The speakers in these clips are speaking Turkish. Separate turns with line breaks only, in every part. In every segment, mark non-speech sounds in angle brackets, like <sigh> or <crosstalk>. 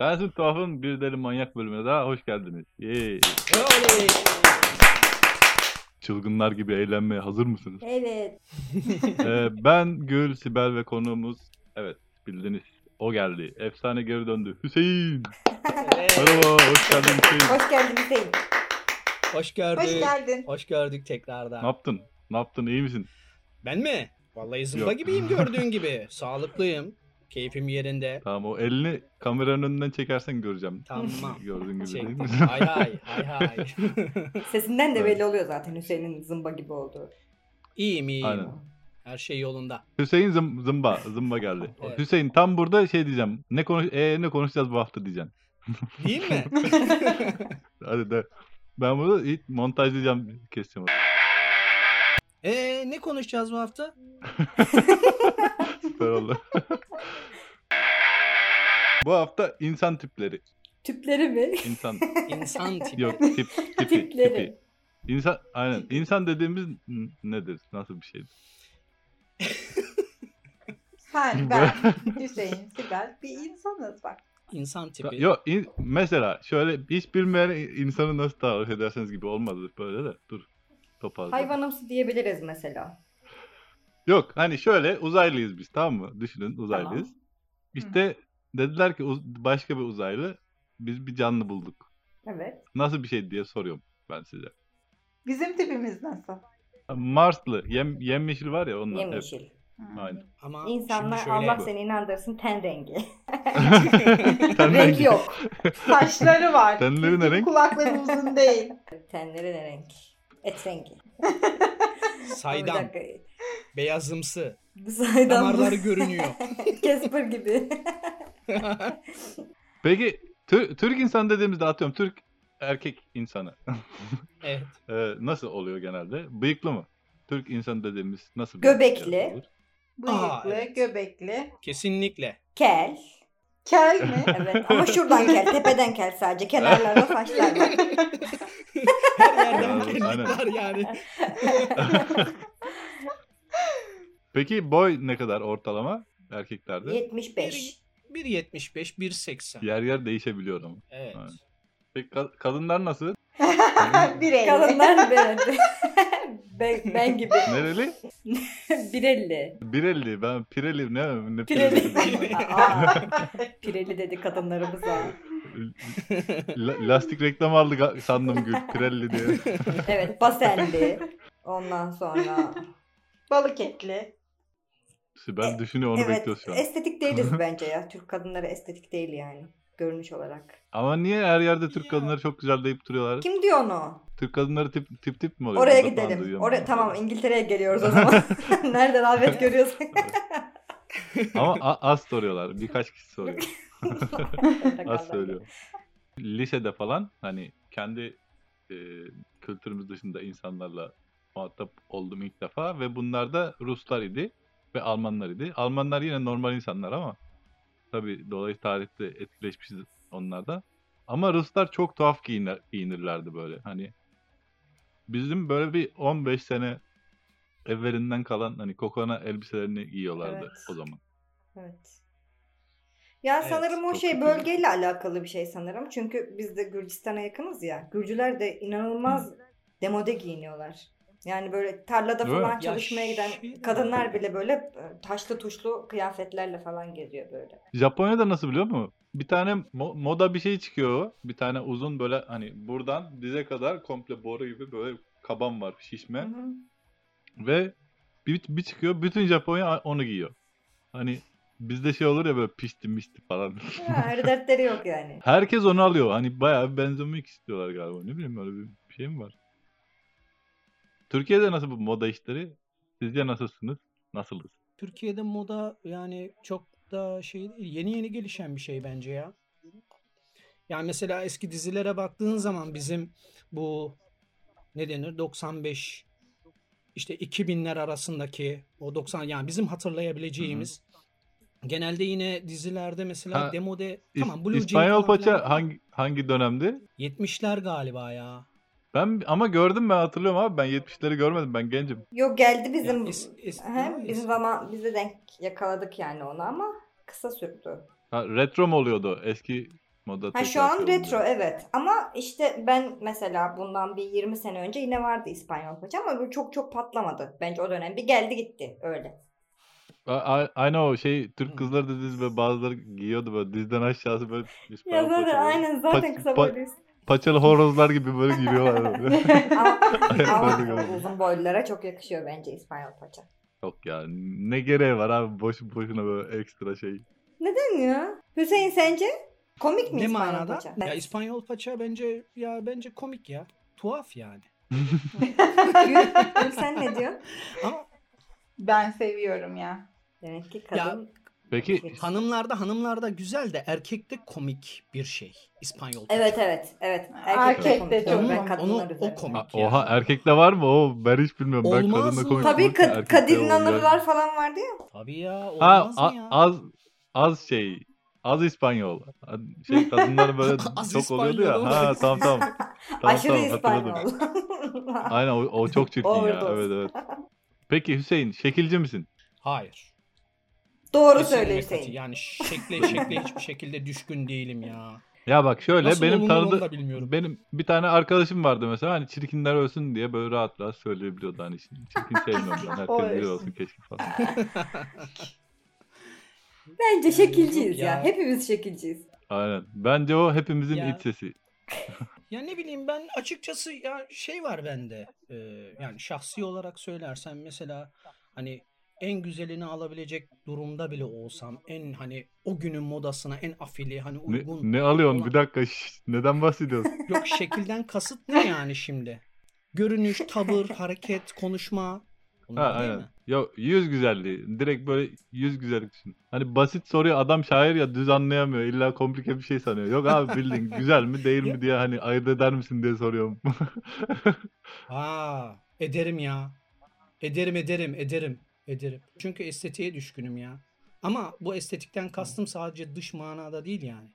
Bensiz Tuhaf'ın Bir Deli Manyak bölümüne daha hoş geldiniz. Yay.
Oley.
Çılgınlar gibi eğlenmeye hazır mısınız?
<laughs> Evet.
Ee, ben Gül, Sibel ve konuğumuz evet bildiniz o geldi. Efsane geri döndü. Hüseyin.
Evet,
Merhaba hoş geldin Hüseyin.
Hoş geldin Hüseyin.
Hoş gördük.
Hoş geldin.
Hoş gördük
Ne
tekrardan.
yaptın? Ne yaptın iyi misin?
Ben mi? Vallahi zımba
Yok. <laughs>
gibiyim gördüğün gibi. Sağlıklıyım. Keyfim yerinde.
Tamam o elini kameranın önünden çekersen göreceğim. <laughs>
Tamam.
Gördüğün gibi değil mi?
Çektim. Hay hay hay hay. <laughs>
Sesinden de
Evet.
belli oluyor zaten Hüseyin'in zımba gibi olduğu.
iyiyim
<laughs>
iyiyim.
Aynen.
Her şey yolunda.
Hüseyin zım- zımba zımba geldi.
<laughs> Evet.
Hüseyin tam burada şey diyeceğim. Ne konuş ee, ne konuşacağız bu hafta diyeceğim.
Değil
<laughs>
mi?
Hadi de. Ben burada ilk montajlayacağım keseceğim.
Eee Ee, ne konuşacağız bu hafta?
Süper oldu. Bu hafta insan tipleri.
<laughs>
Tüpleri mi?
İnsan
İnsan tipi.
yok tip tipi tipi.
Tipleri.
İnsan aynen. İnsan dediğimiz n- nedir? Nasıl bir şeydir?
<laughs> Sen, ben, Hüseyin, Sibel bir insanız bak.
İnsan tipi.
Yok in- mesela şöyle hiç bilmeyen insanı nasıl tarif ederseniz gibi olmaz böyle de. Dur. Toparlayalım.
Hayvanımsı diyebiliriz mesela.
Yok hani şöyle uzaylıyız biz tamam mı? Düşünün uzaylıyız.
Tamam.
İşte dediler ki uz- başka bir uzaylı biz bir canlı bulduk.
Evet.
Nasıl bir şey diye soruyorum ben size.
Bizim tipimiz nasıl?
Marslı yem yemyeşil var ya onlar. hep.
Yemyeşil.
Hmm.
Aynen.
Ama
İnsanlar
şimdi şöyle...
Allah seni inandırsın ten rengi.
<laughs>
<laughs> Ten
<laughs> renk
rengi.
yok.
Saçları var.
Tenleri ne
Bizim
renk?
Kulakları uzun değil.
Tenleri ne renk? Et rengi.
Saydam,
Bir dakika.
beyazımsı,
Saydam.
damarları görünüyor.
<laughs> Casper gibi. <laughs>
Peki Tür- Türk insan dediğimizde atıyorum Türk erkek insanı.
evet.
Ee, nasıl oluyor genelde? Bıyıklı mı? Türk insanı dediğimiz nasıl bir
Göbekli.
şey olur?
Bıyıklı,
Aa, evet.
göbekli.
Kesinlikle.
Kel.
Kel mi? <laughs>
Evet
<laughs>
ama şuradan kel. Tepeden kel sadece. Kenarlarda saçlar var.
Her yerden
Ya, aynen.
kellikler yani.
Peki boy ne kadar ortalama erkeklerde?
75.
1.75, 1.80.
Yer yer değişebiliyor ama.
Evet.
Aynen. Peki ka- kadınlar
<laughs>
nasıl?
Birey.
Kadınlar ben, <laughs> ben, ben gibi. <laughs>
Nereli?
1.50.
Birelli. Ben pireli ne? ne
Pireli.
pireli? <laughs>
Aa, pireli dedi kadınlarımıza.
La- lastik reklam aldı ga- sandım Gül. Pirelli diye.
Evet basenli. Ondan sonra.
Balık etli.
Sibel düşünüyor onu
E, evet
bekliyoruz şu an. <laughs>
estetik değiliz bence ya. Türk kadınları estetik değil yani. Görünüş olarak.
Ama niye her yerde Türk
Ya.
kadınları çok güzel deyip duruyorlar?
Kim diyor onu?
Türk kadınları tip tip tip mi oluyor?
Oraya
Burada falan
gidelim.
duyuyorum
Oraya,
ben.
tamam İngiltere'ye geliyoruz
<laughs>
o zaman. <laughs> Nerede rağbet görüyorsak.
Ama a- az soruyorlar. Birkaç kişi
<laughs>
soruyor. <laughs> az söylüyor. Lisede falan hani kendi e, kültürümüz dışında insanlarla muhatap oldum ilk defa ve bunlar da Ruslar idi ve Almanlar idi. Almanlar yine normal insanlar ama tabii dolayı tarihte etkileşmişiz onlardan. Ama Ruslar çok tuhaf giyinir, giyinirlerdi böyle. Hani bizim böyle bir 15 sene evvelinden kalan hani kokona elbiselerini giyiyorlardı
Evet.
o zaman.
Evet. Ya
Evet,
sanırım o
çok
şey
kötü.
bölgeyle alakalı bir şey sanırım. Çünkü biz de Gürcistan'a yakınız ya. Gürcüler de inanılmaz demode giyiniyorlar. Yani böyle tarlada
Değil mi?
falan
Ya
çalışmaya
şey
giden
de-
kadınlar bile böyle e, taşlı tuşlu kıyafetlerle falan geziyor böyle.
Japonya'da nasıl biliyor musun? Bir tane mo- moda bir şey çıkıyor. Bir tane uzun böyle hani buradan dize kadar komple boru gibi böyle kaban var şişme.
Hı hı.
Ve bir, bir çıkıyor bütün Japonya onu giyiyor. Hani bizde şey olur ya böyle pişti mişti falan. <laughs>
Ya, ayrı dertleri yok yani.
Herkes onu alıyor. Hani bayağı bir benzemek istiyorlar galiba. Ne bileyim öyle bir şey mi var? Türkiye'de nasıl bu moda işleri? Sizce nasılsınız? Nasılız?
Türkiye'de moda yani çok da şey değil, yeni yeni gelişen bir şey bence ya. Yani mesela eski dizilere baktığın zaman bizim bu ne denir 95 işte 2000'ler arasındaki o 90 yani bizim hatırlayabileceğimiz genelde yine dizilerde mesela
Ha,
demode
İs-
tamam Blue Jean
İspanyol
falan
paça
filan-
hangi hangi dönemdi?
70'ler galiba ya.
Ben ama gördüm ben hatırlıyorum abi ben 70'leri görmedim ben gencim.
Yok geldi bizim
Ya, es- es-
Aha,
es-
bizim zaman bize denk yakaladık yani onu ama kısa sürdü.
Ha, retro mu oluyordu eski Moda
Ha, şu
tekrar
an
çalındı.
retro evet ama işte ben mesela bundan bir 20 sene önce yine vardı İspanyol paça ama bu çok çok patlamadı. Bence o dönem bir geldi gitti öyle.
A- a- Aynı o şey Türk kızları da diz ve bazıları giyiyordu böyle dizden aşağısı böyle.
Ya
İspanyol
zaten
paça böyle.
aynen zaten
Paç-
kısa
pa-
boyluyuz.
Paçalı horozlar gibi böyle giriyorlar. <laughs>
<laughs>
böyle.
<laughs>
ama,
Ayakları
ama
kaldı.
uzun boylulara çok yakışıyor bence İspanyol paça.
Yok ya ne gereği var abi boş boşuna böyle ekstra şey.
Neden ya? Hüseyin sence? Komik mi
Ne
İspanyol
manada?
paça?
Ya İspanyol paça bence ya bence komik ya. Tuhaf yani.
Gül, Gül sen ne diyorsun?
Ama
Ben seviyorum ya.
Demek ki
Ya,
kadın.
Peki
hanımlarda hanımlarda güzel de erkekte komik bir şey İspanyol paça.
Evet evet evet.
Erkek de
komik.
çok
Ben
komik.
kadınlar
Onu- o
üzerine.
komik.
A-
ya.
oha erkekte var mı o ben hiç bilmiyorum. ben
Olmaz
kadınla
mı?
komik
Tabii
bulurken
ka-
erkekte
Kadir
olacak.
İnanırlar falan vardı ya.
Tabii ya
Ha
olmaz
a-
mı ya?
az az şey az İspanyol. A- Şey kadınlar böyle
<laughs> Az
çok oluyordu
İspanyol
ya. Ha
olmaz.
tamam
<laughs>
tamam. tamam
Aşırı
tamam, hatırladım.
İspanyol. <laughs>
Aynen o, o çok çirkin ya.
Overdose.
Evet evet. Peki Hüseyin şekilci misin?
Hayır.
Doğru
Kesinlikle
söyle
katı.
Hüseyin.
Yani şekle şekle hiçbir şekilde düşkün değilim ya.
Ya bak şöyle
Nasıl
benim
olunur onu da
tanıdığım
bilmiyorum.
benim bir tane arkadaşım vardı mesela hani çirkinler ölsün diye böyle rahat rahat söyleyebiliyordu hani şimdi çirkin sevmiyorum
<laughs>
ben
O
herkes bir
ölsün.
olsun keşke falan.
Bence
Yani
şekilciyiz
yok
ya.
ya.
Hepimiz şekilciyiz.
Aynen. Bence o hepimizin
Ya.
iç sesi.
Ya ne bileyim ben açıkçası ya şey var bende. Ee, yani şahsi olarak söylersem mesela hani en güzelini alabilecek durumda bile olsam en hani o günün modasına en afili hani
Ne,
uygun
ne alıyorsun
olan-
bir dakika şşş, neden bahsediyorsun?
yok şekilden kasıt ne yani şimdi? Görünüş, tavır, hareket, konuşma bunlar
Ha
değil
aynen.
mi?
Ya yüz güzelliği. Direkt böyle yüz güzellik düşün. Hani basit soruyu adam şair ya düz anlayamıyor. İlla komplike bir şey sanıyor. Yok abi bildin
<laughs>
güzel mi değil mi diye hani ayırt eder misin diye soruyorum.
Aa, ederim ya. Ederim ederim ederim ederim. Çünkü estetiğe düşkünüm ya. Ama bu estetikten kastım sadece dış manada değil yani.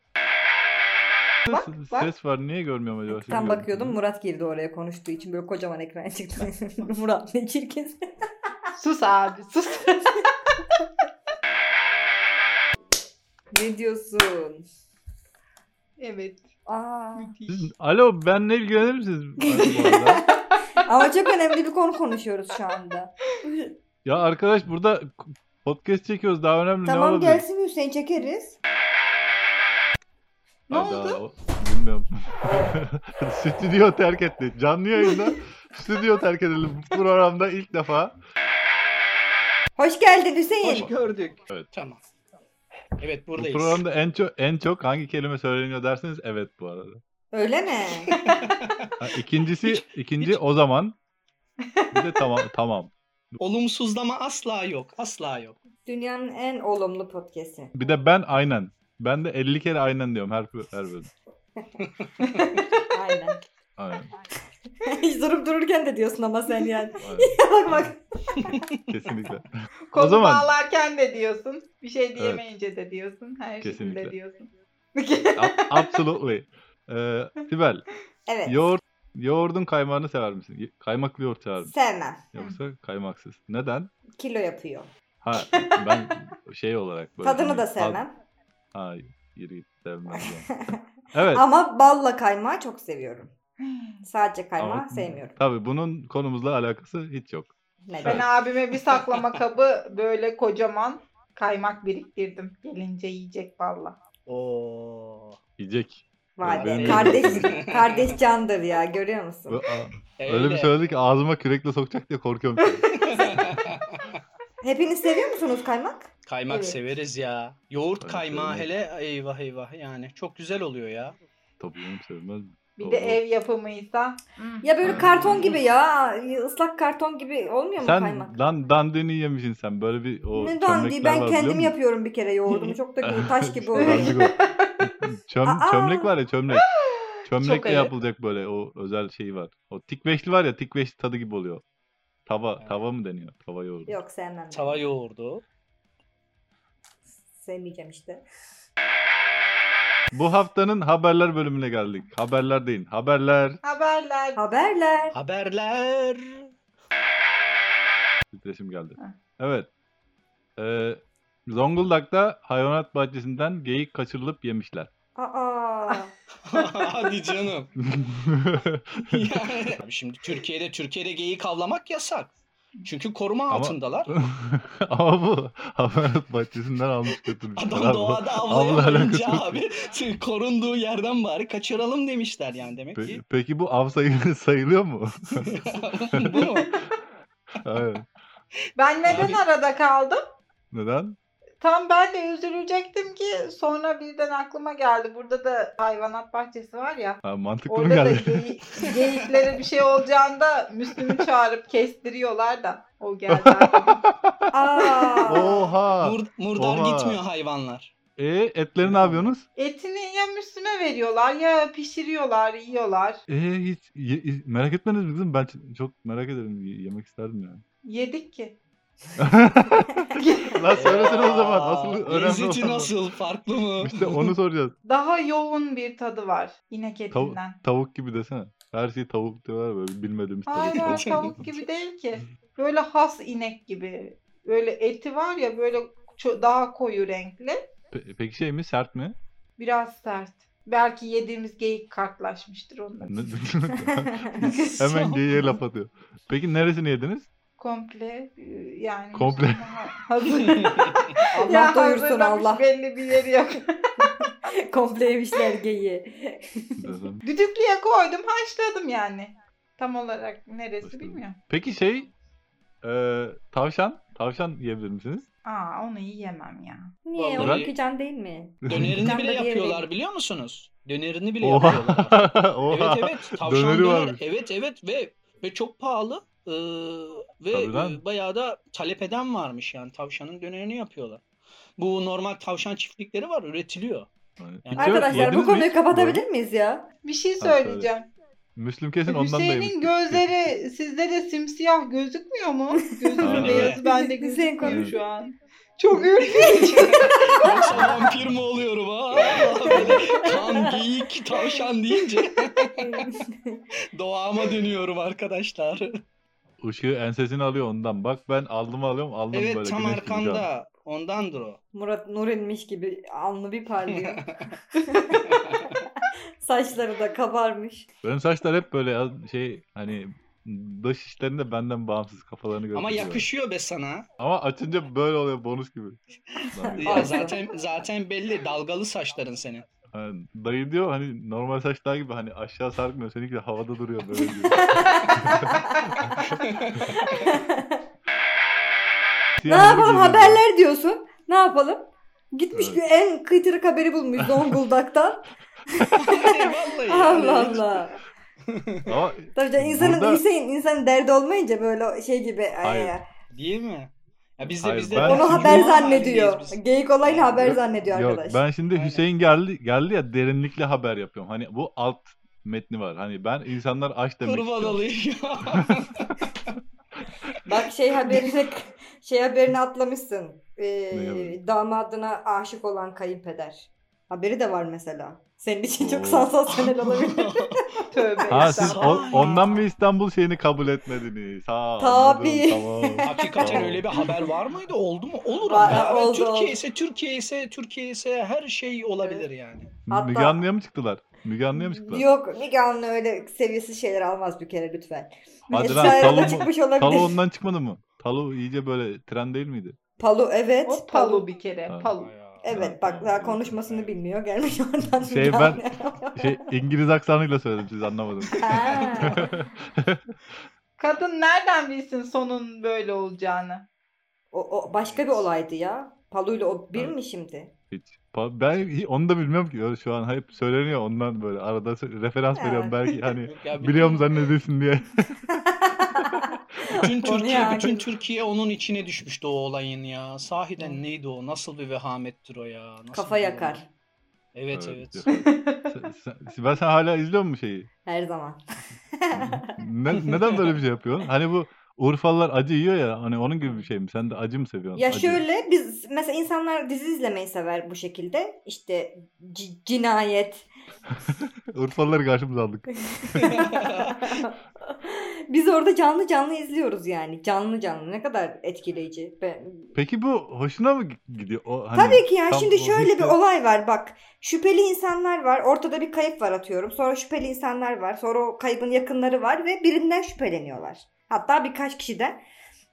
Bak,
Ses-
bak.
Ses var niye görmüyorum acaba? Şimdi
Tam
gördüm.
bakıyordum Murat girdi oraya konuştuğu için böyle kocaman ekran çıktı. <laughs> Murat
<laughs>
ne çirkin.
Sus abi sus.
ne diyorsun?
evet.
Aa.
<laughs>
Müthiş.
Siz- Alo benle ilgilenir misiniz? bu arada?
Ama çok önemli bir konu konuşuyoruz şu anda.
ya arkadaş burada podcast çekiyoruz daha önemli ne
tamam
olabilir?
gelsin Hüseyin çekeriz.
Ne
Hayda,
oldu?
o- Bilmiyorum. <laughs> Stüdyo terk etti. Canlı yayında stüdyo terk edelim. Bu programda ilk defa.
Hoş geldin Hüseyin.
Hoş gördük.
Evet.
Tamam. Evet
Bu
buradayız.
programda en çok en çok hangi kelime söyleniyor derseniz evet bu arada. <laughs>
Öyle mi?
Ha,
<laughs>
ikincisi ikinci o zaman. Bir de tamam tamam.
Olumsuzlama asla yok. Asla yok.
Dünyanın en olumlu podcast'i.
Bir de ben aynen. Ben de 50 kere aynen diyorum her her bölüm.
Aynen. <laughs>
Aynen.
Hiç durup dururken de diyorsun ama sen yani. <laughs>
aynen.
bak bak.
Kesinlikle.
Konu
O zaman-
bağlarken de diyorsun. Bir şey diyemeyince de diyorsun. Her
Kesinlikle.
şekilde diyorsun.
A- Absolutely. Ee, Sibel,
Evet.
yoğurt yoğurdun kaymağını sever misin? Ye- Kaymaklı yoğurt sever misin?
Sevmem.
Yoksa kaymaksız. Neden?
Kilo yapıyor.
Ha ben şey olarak böyle.
Tadını
hani
da
tad-
sevmem.
Ha yürü git sevmem. yani.
<laughs>
Evet.
Ama balla kaymağı çok seviyorum. Sadece kaymağı
Ama-
sevmiyorum.
Tabii bunun konumuzla alakası hiç yok.
Neden?
Ben abime bir saklama kabı böyle kocaman kaymak biriktirdim. Gelince yiyecek valla.
Oo.
Yiyecek.
Vay be.
Benim- <laughs>
Kardeş, kardeş candır ya görüyor
Ö-
musun?
a- Öyle bir söyledi ki ağzıma kürekle sokacak diye
<laughs>
korkuyorum.
Hepiniz seviyor musunuz kaymak?
Kaymak
Evet.
severiz ya. Yoğurt
Ben
kaymağı
severim.
hele eyvah eyvah yani çok güzel oluyor ya.
Tabii canım sevmez mi?
Bir
Doğru.
de ev yapımıysa. hmm.
Ya böyle karton gibi ya. ıslak karton gibi olmuyor mu kaymak?
Sen dan, dandini yemişsin sen. Böyle bir o
Ne
çömlekler
dandi ben
var biliyor
kendim
musun?
yapıyorum bir kere yoğurdumu çok da güzel,
<laughs>
taş gibi oluyor.
Dandik o.
<laughs>
Çöm,
Aa!
çömlek var ya çömlek.
Çok
Çömlekle
ayıp.
yapılacak böyle o özel şey var. O tikveşli var ya tikveşli tadı gibi oluyor. Tava,
Evet.
tava mı deniyor? Tava yoğurdu.
Yok sevmem. ben.
Tava yoğurdu.
Sevmeyeceğim işte.
Bu haftanın haberler bölümüne geldik. Haberler deyin. Haberler.
Haberler.
Haberler.
Haberler.
Titreşim geldi.
Ha.
Evet. Ee, Zonguldak'ta hayvanat bahçesinden geyik kaçırılıp yemişler. <laughs>
Aa, falan.
<laughs> Hadi canım. Yani, şimdi Türkiye'de Türkiye'de geyik avlamak yasak. Çünkü koruma
Ama-
altındalar.
Ama bu hayvanat bahçesinden almış götürmüşler.
Adam
abi.
doğada
Avla alakası
avlayamayınca
yok.
abi korunduğu yerden bari kaçıralım demişler yani demek
Pe-
ki.
Peki bu av sayı- <laughs> sayılıyor mu?
<laughs> Bu mu?
evet.
Ben neden
Abi-
arada kaldım?
Neden?
Tam ben de üzülecektim ki sonra birden aklıma geldi. Burada da hayvanat bahçesi var ya.
Ha, mantıklı mı
Orada da
geldi?
geyi- geyiklere bir şey olacağında Müslüm'ü çağırıp kestiriyorlar da. O geldi
<laughs>
aklıma.
<laughs>
Aa.
Oha!
Mur- murdar
Oha.
gitmiyor hayvanlar.
E etleri ne yapıyorsunuz?
Etini ya Müslüm'e veriyorlar ya pişiriyorlar, yiyorlar.
E hiç ye- ye- merak etmediniz mi kızım? Ben ç- çok merak ederim. y- Yemek isterdim yani. <laughs>
Yedik ki. <laughs>
Lan söylesene o zaman.
Aa,
Asıl önemli
Lezzeti
olan. o.
nasıl? Farklı mı?
İşte onu soracağız.
Daha yoğun bir tadı var inek
Tav-
etinden.
tavuk gibi desene. Her şey tavuk diyorlar böyle bilmediğimiz tavuk.
Hayır
tavuk.
tavuk gibi değil ki. Böyle has inek gibi. Böyle eti var ya böyle ço- daha koyu renkli.
Pe- peki şey mi sert mi?
Biraz sert. Belki yediğimiz geyik kartlaşmıştır onunla.
Ne-
<laughs>
<laughs>
Hemen geyiğe laf atıyor. Peki neresini yediniz?
Komple e, yani.
Komple.
Müslüman
<laughs>
ha- Hazır.
Allah
ya
doyursun
hazırlamış
Allah.
belli bir yeri yok.
<laughs>
<laughs>
Komple yemişler geyiği.
Desem.
Düdüklüye koydum haşladım yani. Tam olarak neresi
Haşladım.
bilmiyorum.
Peki şey e, tavşan tavşan yiyebilir misiniz?
Aa onu yiyemem ya.
Niye?
Vallahi-
Onu kıcan değil mi?
Dönerini
Mükemmel
bile
bir yerim.
yapıyorlar biliyor musunuz? Dönerini bile
Oha. <laughs>
yapıyorlar.
<laughs> Oha.
Evet evet. Tavşan
Döneri
döner.
varmış.
Evet evet ve ve çok pahalı. Ee, ve
Tabii lan.
e, bayağı da talep eden varmış yani tavşanın dönerini yapıyorlar. Bu normal tavşan çiftlikleri var üretiliyor.
Yani
Hiç
Arkadaşlar bu konuyu kapatabilir miyiz
<laughs>
ya?
Bir şey
Ha, söyle.
söyleyeceğim.
Müslüm kesin ondan da
Hüseyin'in
yemiştir.
gözleri sizde de simsiyah gözükmüyor mu? <laughs> Gözünün
Aynen.
beyazı
Hüseyin
bende gözükmüyor
konuşuyor.
şu an. Çok ürkünç.
Yoksa vampir mi oluyorum ha? Böyle kan, geyik, tavşan deyince <laughs> doğama dönüyorum arkadaşlar.
Işığı ensesini alıyor ondan. Bak ben alnımı alıyorum alnım böyle.
Evet tam
güneş gibi şu an.
arkanda. Ondandır o.
Murat Nurinmiş gibi alnı
<laughs>
bir parlıyor. Saçları da kabarmış.
Benim saçlar hep böyle ya- şey hani dış işlerinde benden bağımsız kafalarını gösteriyor.
Ama yakışıyor be sana.
Ama açınca böyle oluyor bonus gibi. Lan
<laughs>
Ya
ya.
zaten zaten belli dalgalı saçların senin. <laughs>
Yani dayı diyor hani normal saçlar gibi hani aşağı sarkmıyor. Seninki de havada duruyor böyle
<laughs>
diyor.
ne yapalım haberler diyorsun. Ne yapalım? Gitmiş
Evet.
en kıytırık haberi bulmuş
<laughs>
Zonguldak'tan.
Yani vallahi. yani.
Allah Allah. <laughs>
Ama
Tabii canım insanın,
Burada-
insanın, insanın derdi olmayınca böyle şey gibi. ay
Hayır.
ay.
Değil mi? Ya biz de
Hayır,
biz de
ben-
Onu
Biz
haber
Müslüman
zannediyor.
aileyiz biz.
Geyik olayını haber
Yok,
zannediyor
yok
arkadaş.
ben şimdi
Aynen.
Hüseyin geldi geldi ya derinlikli haber yapıyorum. Hani bu alt metni var. Hani ben insanlar aç demek
Kurban
istiyorum.
olayım ya.
Bak şey haberini <laughs> şey haberini atlamışsın.
Ne
Ee,
haberi?
damadına aşık olan kayınpeder. Haberi de var mesela. Senin için çok
Oo.
sansasyonel
<laughs>
olabilir.
Tövbe.
Ha siz
estağfurullah.
o- ondan mı İstanbul şeyini kabul etmediniz? Ha,
Tabii.
anladım, Tamam.
<laughs> Hakikaten
Tamam.
öyle bir haber var mıydı? Oldu mu? Olur
Var,
ama. ya. Ben
oldu, oldu.
Türkiye ise Türkiye ise Türkiye ise her şey olabilir yani.
<laughs> Hatta-
Müge Anlı'ya mı çıktılar? Müge Anlı'ya mı çıktılar?
Yok Müge Anlı öyle seviyesiz şeyler almaz bir kere lütfen.
Hadi
Müge
lan,
Anlı
Talo mu-
çıkmış olabilir.
Talo ondan çıkmadı mı? Talo iyice böyle tren değil miydi?
<laughs> Palu evet.
O
Palu.
palu bir kere.
Ha.
Palu.
Evet bak daha konuşmasını bilmiyor. Gelmiş oradan.
Şey,
Müge
ben-
Anlı.
Şey İngiliz aksanıyla söyledim siz anlamadınız.
<laughs> Ha.
Kadın nereden bilsin sonun böyle olacağını?
O, o başka bir olaydı ya. Palu'yla o bir
Evet.
mi şimdi?
Hiç. Pa- Ben hi- onu da bilmiyorum ki. Öyle Şu an hep söyleniyor ondan böyle. Arada sö- referans
Ha.
veriyorum belki
<laughs>
hani
Yok ya, bütün-
biliyorum zannedilsin diye.
Bütün
Onu
Türkiye,
yani.
bütün Türkiye onun içine düşmüştü o olayın ya. Sahiden neydi o? Nasıl bir vehamettir o ya? Nasıl
Kafa
bir-
yakar.
Evet evet. <laughs>
Sen- sen- Sibel sen hala izliyor musun şeyi?
Her zaman.
Ne- neden böyle bir şey yapıyorsun? Hani bu Urfalılar acı yiyor ya hani onun gibi bir şey mi? Sen de acı mı seviyorsun?
Ya
Acı.
şöyle biz mesela insanlar dizi izlemeyi sever bu şekilde. İşte c- cinayet. <laughs>
Urfalıları karşımıza aldık.
Biz orada canlı canlı izliyoruz yani. Canlı canlı. Ne kadar etkileyici. Ben...
Peki bu hoşuna mı gidiyor? O, hani
Tabii ki ya.
tam
Şimdi
o
şöyle bir
hissi-
olay var bak. Şüpheli insanlar var. Ortada bir kayıp var atıyorum. Sonra şüpheli insanlar var. Sonra o kaybın yakınları var ve birinden şüpheleniyorlar. Hatta birkaç kişiden.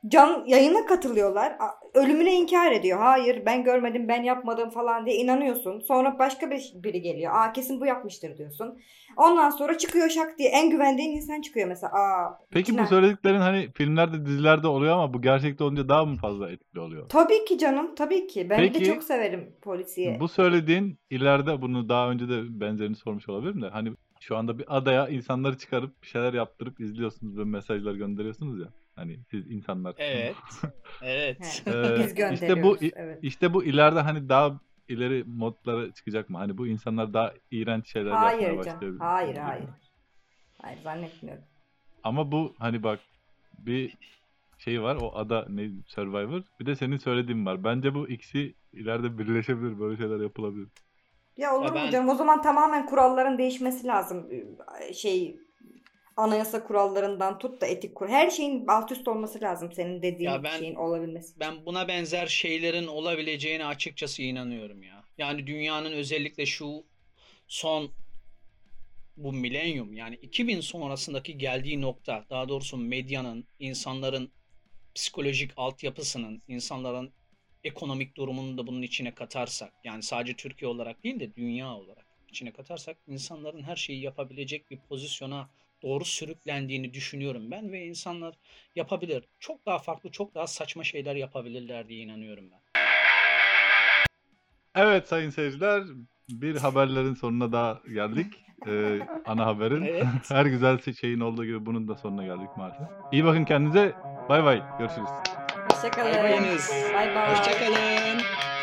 Can yayına katılıyorlar. A- Ölümüne inkar ediyor. Hayır ben görmedim ben yapmadım falan diye inanıyorsun. Sonra başka bir, biri geliyor. Aa kesin bu yapmıştır diyorsun. Ondan sonra çıkıyor şak diye en güvendiğin insan çıkıyor mesela. Aa
Peki bu
içinden-
söylediklerin hani filmlerde dizilerde oluyor ama bu gerçekte olunca daha mı fazla etkili oluyor?
Tabii ki canım tabii ki. Ben
Peki.
de çok severim polisiye.
Bu söylediğin ileride bunu daha önce de benzerini sormuş olabilirim de hani şu anda bir adaya insanları çıkarıp bir şeyler yaptırıp izliyorsunuz ve mesajlar gönderiyorsunuz ya. Hani siz insanlar.
Evet. Evet.
He.
Ee,
<laughs> Biz gönderiyoruz.
işte bu
evet.
işte bu ileride hani daha ileri modlara çıkacak mı? Hani bu insanlar daha iğrenç şeyler
Hayır
yapmaya
canım.
başlayabilir.
Hayır hayır. Hayır zannetmiyorum.
Ama bu hani bak bir şey var o ada ne Survivor bir de senin söylediğin var. Bence bu ikisi ileride birleşebilir böyle şeyler yapılabilir.
Ya olur
Ya ben-
mu canım? O zaman tamamen kuralların değişmesi lazım. Ee, Şey anayasa kurallarından tut da etik kur. Her şeyin alt üst olması lazım senin dediğin
Ya ben-
şeyin olabilmesi.
Ben buna benzer şeylerin olabileceğine açıkçası inanıyorum ya. Yani dünyanın özellikle şu son bu milenyum yani 2000 sonrasındaki geldiği nokta daha doğrusu medyanın, insanların psikolojik altyapısının, insanların ekonomik durumunu da bunun içine katarsak yani sadece Türkiye olarak değil de dünya olarak içine katarsak insanların her şeyi yapabilecek bir pozisyona doğru sürüklendiğini düşünüyorum ben ve insanlar yapabilir. Çok daha farklı, çok daha saçma şeyler yapabilirler diye inanıyorum ben.
Evet sayın seyirciler bir haberlerin sonuna daha geldik. Ee, ana haberin.
Evet.
Her güzel şeyin olduğu gibi bunun da sonuna geldik maalesef. İyi bakın kendinize. <laughs> Bay bay. Görüşürüz.
Hoşçakalın.
Kaybediniz.
Bay bay.
Hoşçakalın.